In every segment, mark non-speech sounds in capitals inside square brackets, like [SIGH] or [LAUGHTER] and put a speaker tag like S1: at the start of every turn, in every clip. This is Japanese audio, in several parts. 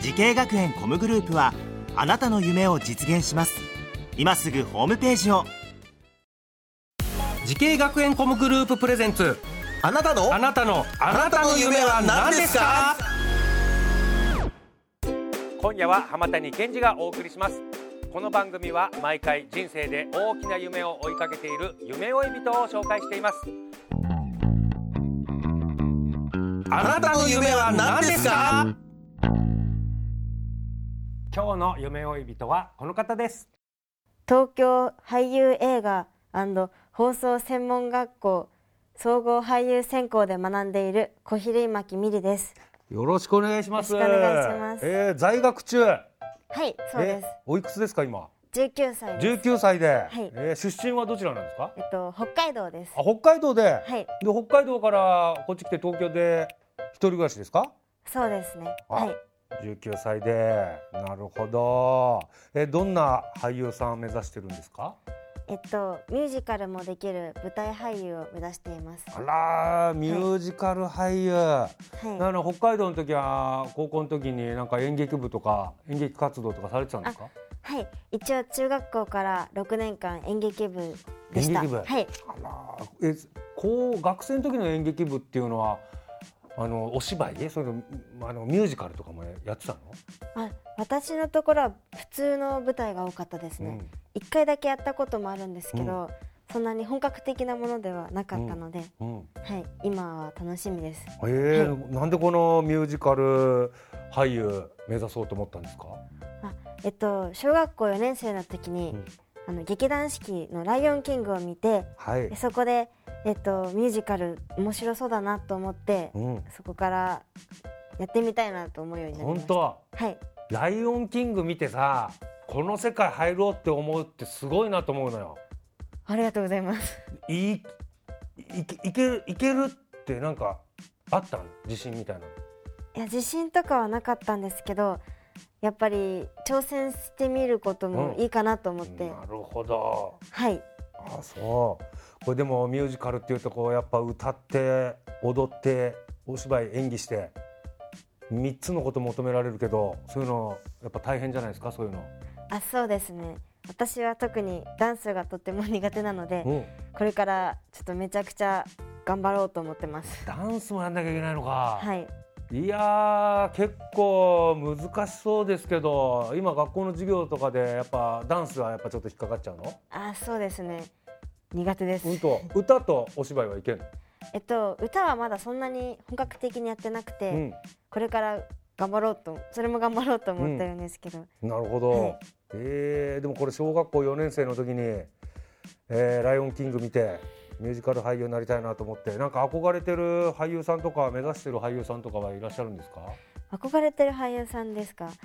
S1: 時系学園コムグループはあなたの夢を実現します今すぐホームページを
S2: 時系学園コムグループプレゼンツ
S3: あなたの
S2: あなたのあなたの夢は何ですか
S4: 今夜は浜谷健二がお送りしますこの番組は毎回人生で大きな夢を追いかけている夢追い人を紹介しています
S2: あなたの夢は何ですか
S4: 今日の夢追い人はこの方です
S5: 東京俳優映画放送専門学校総合俳優専攻で学んでいる小比類巻美里です
S2: よろしくお願いします
S5: よろしくお願いします
S2: えー、在学中
S5: はいそうで
S2: え
S5: す
S2: おいくつですか今
S5: 19歳です
S2: 19歳で、
S5: い
S2: えー出身はどちらなんですか
S5: えっと北海道です
S2: あ北海道で、
S5: はい
S2: で北海道からこっち来て東京で一人暮らしですか
S5: そうですね
S2: あ
S5: はい
S2: 19歳でなるほどえーどんな俳優さんを目指してるんですか
S5: えっとミュージカルもできる舞台俳優を目指しています
S2: あらーミュージカル俳優、
S5: は
S2: あの北海道の時は高校の時になんか演劇部とか演劇活動とかされてたんですか
S5: い、はい、一応中学校から6年間演劇部でした
S2: 演劇部
S5: はい
S2: あらえこう学生の時の演劇部っていうのはあのお芝居それともあのミュージカルとかもやってたの、
S5: あ私のところは普通の舞台が多かったです
S2: う
S5: ね
S2: ん
S5: 一、回だけやったこともあるんですけど、そんなに本格的なものではなかったので、
S2: うん
S5: はい、今は楽しみです。
S2: えーなんでこのミュージカル俳優目指そうと思ったんですか
S5: えっと、小学校4年生の時に、
S2: うん
S5: あの劇団四季の「ライオンキング」を見て
S2: はい
S5: で、そこで、えっと、ミュージカル面白そうだなと思って、
S2: うん、
S5: そこからやってみたいなと思うようになりま
S2: 本
S5: した。
S2: 当
S5: はい、
S2: 「ライオンキング」見てさこの世界入ろうって思うってすごいなと思うのよ。
S5: ありがとうございます。
S2: いいいけいけるいけるってなんかあったの自信みたいなの
S5: いや自信とかはなかったんですけどやっぱり挑戦してみることもいいかなと思って、
S2: なるほど
S5: はい
S2: あそうこれでもミュージカルっていうとこうやっぱ歌って踊ってお芝居演技して3つのこと求められるけどそういうのやっぱ大変じゃないですかそういうの、
S5: あそうですね私は特にダンスがとっても苦手なので、
S2: うん、
S5: これからちょっとめちゃくちゃ頑張ろうと思ってます。
S2: ダンスもやんなきゃいけないのか、
S5: はい、
S2: いやー結構難しそうですけど今学校の授業とかでやっぱダンスはやっぱちょっと引っかかっちゃうの
S5: あ、そうですね。苦手です。
S2: うんと歌とお芝居はいける
S5: えっと歌はまだそんなに本格的にやってなくて、
S2: うん、
S5: これから頑張ろうと、それも頑張ろうと思ってるんですけど、
S2: なるほど、
S5: はい
S2: えーでもこれ小学校4年生の時に「えーライオンキング」見てミュージカル俳優になりたいなと思ってなんか憧れてる俳優さんとか目指してる俳優さんとかはいらっしゃるんですか、
S5: 憧れてる俳優さんですか。
S2: うんじ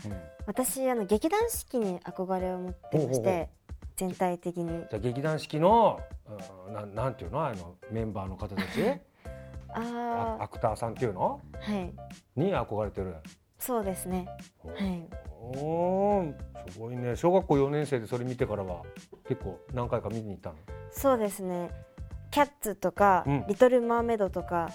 S5: 私あの劇団四季に憧れを持ってま
S2: ほうほ
S5: して、
S2: うほう
S5: 全体的に
S2: ゃあ劇団四季の、うん、なんなんていうのあのメンバーの方たちあ
S5: あ
S2: アクターさんっていうの
S5: あはい
S2: に憧れてる。
S5: そうですねはい
S2: おーすごいね小学校4年生でそれ見てからは結構何回か見に行ったの
S5: そうですねキャッツとか、
S2: うん
S5: リトルマーメイドとか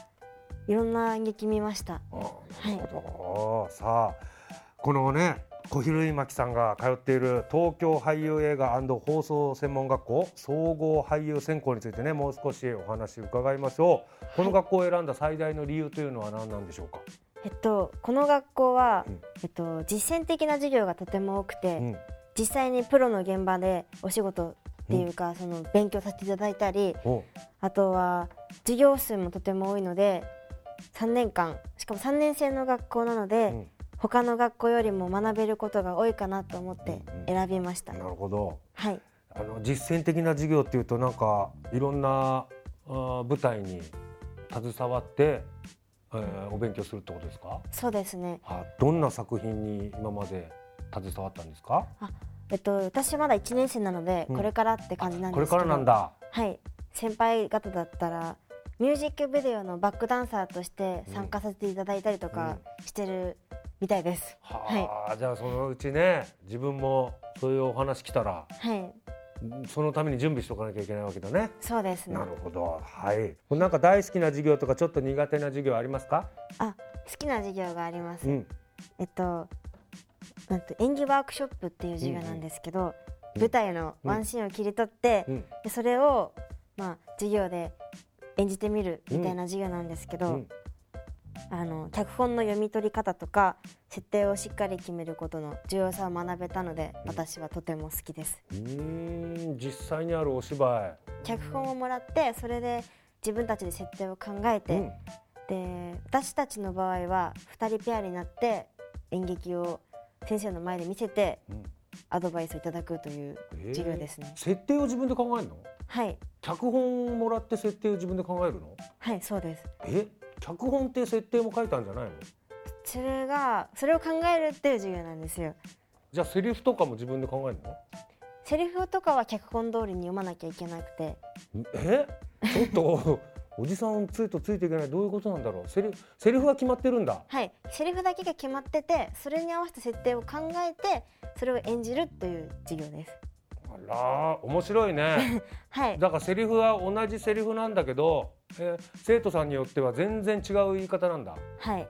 S5: いろんな演劇見ました
S2: あーなるほど、さあこのね小比類巻さんが通っている東京俳優映画放送専門学校総合俳優専攻についてねもう少しお話伺いましょう、この学校を選んだ最大の理由というのは何なんでしょうか、
S5: えっとこの学校は、
S2: うん
S5: えっと実践的な授業がとても多くて、
S2: うん
S5: 実際にプロの現場でお仕事っていうか、その勉強させていただいたり
S2: お
S5: あとは授業数もとても多いので3年間しかも3年生の学校なので、
S2: うん
S5: 他の学校よりも学べることが多いかなと思って選びました、
S2: なるほど
S5: はい
S2: あの実践的な授業っていうとなんかいろんなあー舞台に携わってあ
S4: えーお勉強するってことですか
S5: そうですね。
S2: あどんな作品に今まで携わったんですか
S5: えっと私まだ1年生なので、
S2: うん
S5: これからって感じなんです
S2: こ
S5: け
S2: れ
S5: ど。
S2: からなん。だ
S5: はい。先輩方だったらミュージックビデオのバックダンサーとして参加させていただいたりとかしてるみたいです。
S2: はあ、じゃあそのうちね自分もそういうお話来たら
S5: はい。
S2: そのために準備しておかなきゃいけないわけだね。
S5: そうですね
S2: な。るほど、はい。なんか大好きな授業とかちょっと苦手な授業ありますか？
S5: あ、好きな授業があります。
S2: うん。
S5: えっと。なんと演技ワークショップっていう授業なんですけど、
S2: うん
S5: 舞台のワンシーンを切り取って、
S2: うん
S5: でそれを、まあ、授業で演じてみるみたいな授業なんですけど、
S2: うん
S5: あの脚本の読み取り方とか設定をしっかり決めることの重要さを学べたので、私はとても好きです
S2: うーん、実際にあるお芝
S5: 脚本をもらってそれで自分たちで設定を考え
S2: 居。
S5: て、。で私たちの場合は2人ペアになって演劇を先生の前で見せて
S2: うん
S5: アドバイスをいただくという授業ですね、
S2: 設定を自分で考えるの？
S5: はい
S2: 脚本もらって設定を自分で考えるの？
S5: はいそうです
S2: え、脚本って設定も書いたんじゃないの？
S5: それがそれを考えるっていう授業なんですよ
S2: じゃあセリフとかも自分で考えるの？
S5: セリフとかは脚本通りに読まなきゃいけなくて
S2: えちょっとおじさんついとついていけないどういうことなんだろうセリセリフは決まってるんだ
S5: はいセリフだけが決まっててそれに合わせた設定を考えてそれを演じるという授業です
S2: あら面白いね
S5: [LAUGHS] はい
S2: だからセリフは同じセリフなんだけど、えー生徒さんによっては全然違う言い方なんだ
S5: はい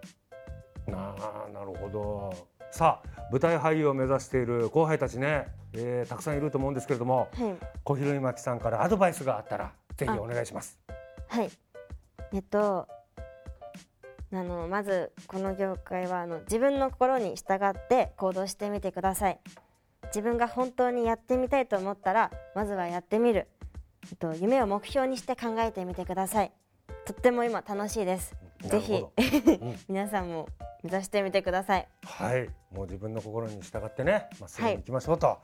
S2: なあなるほどさあ舞台俳優を目指している後輩たちね、えーたくさんいると思うんですけれども
S5: はい
S2: 小比類巻さんからアドバイスがあったらぜひお願いします
S5: はい。えっと、あのまずこの業界はあの自分の心に従って行動してみてください。自分が本当にやってみたいと思ったらまずはやってみる。えっと夢を目標にして考えてみてください。とっても今楽しいです。ぜひ
S2: なるほど、うん
S5: [LAUGHS] 皆さんも目指してみてください。
S2: はい、もう自分の心に従ってね、まっすぐに行きましょうと、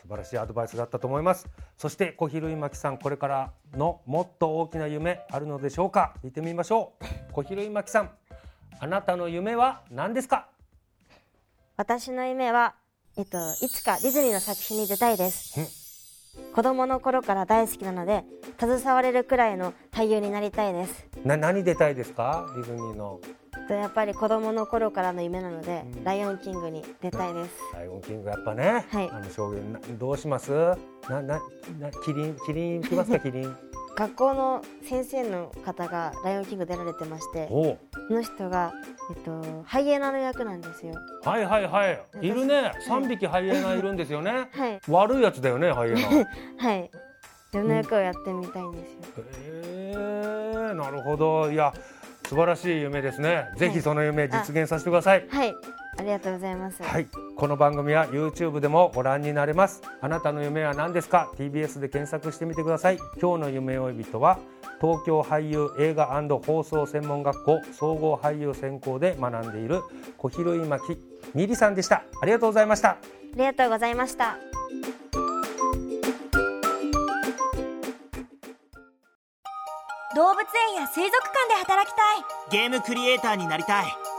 S2: 素晴らしいアドバイスがあったと思います。そして小比類巻さん、これからのもっと大きな夢あるのでしょうか。聞いてみましょう。小比類巻さん、あなたの夢は何ですか。
S5: 私の夢は、えっと、いつかディズニーの作品に出たいです。子供の頃から大好きなので、携われるくらいの俳優になりたいです。
S2: な、何出たいですか。ディズニーの
S5: とやっぱり子供の頃からの夢なので、
S2: うん
S5: ライオンキングに出たいです。
S2: ライオンキングやっぱね、
S5: はい
S2: あの証言、などうします。な、な、な、キリン、キリン行き
S5: [LAUGHS]
S2: ますか、キリン。
S5: 学校の先生の方がライオンキング出られてまして、
S2: おう
S5: その人がえっとハイエナの役なんですよ。
S2: はいはいはい、いるね、三匹ハイエナいるんですよね。
S5: はい
S2: 悪いやつだよね、ハイエナ。
S5: はい。その役をやってみたいんですよ。
S2: へえなるほどいや素晴らしい夢ですねぜひその夢実現させてください
S5: はい。ありがとうございます。
S2: はいこの番組は YouTube でもご覧になれますあなたの夢は何ですか TBS で検索してみてください今日の夢追い人は東京俳優映画放送専門学校総合俳優専攻で学んでいる小比類巻みりさんでしたありがとうございました
S5: ありがとうございました。
S6: 動物園や水族館で働きたい
S1: ゲームクリエイターになりたい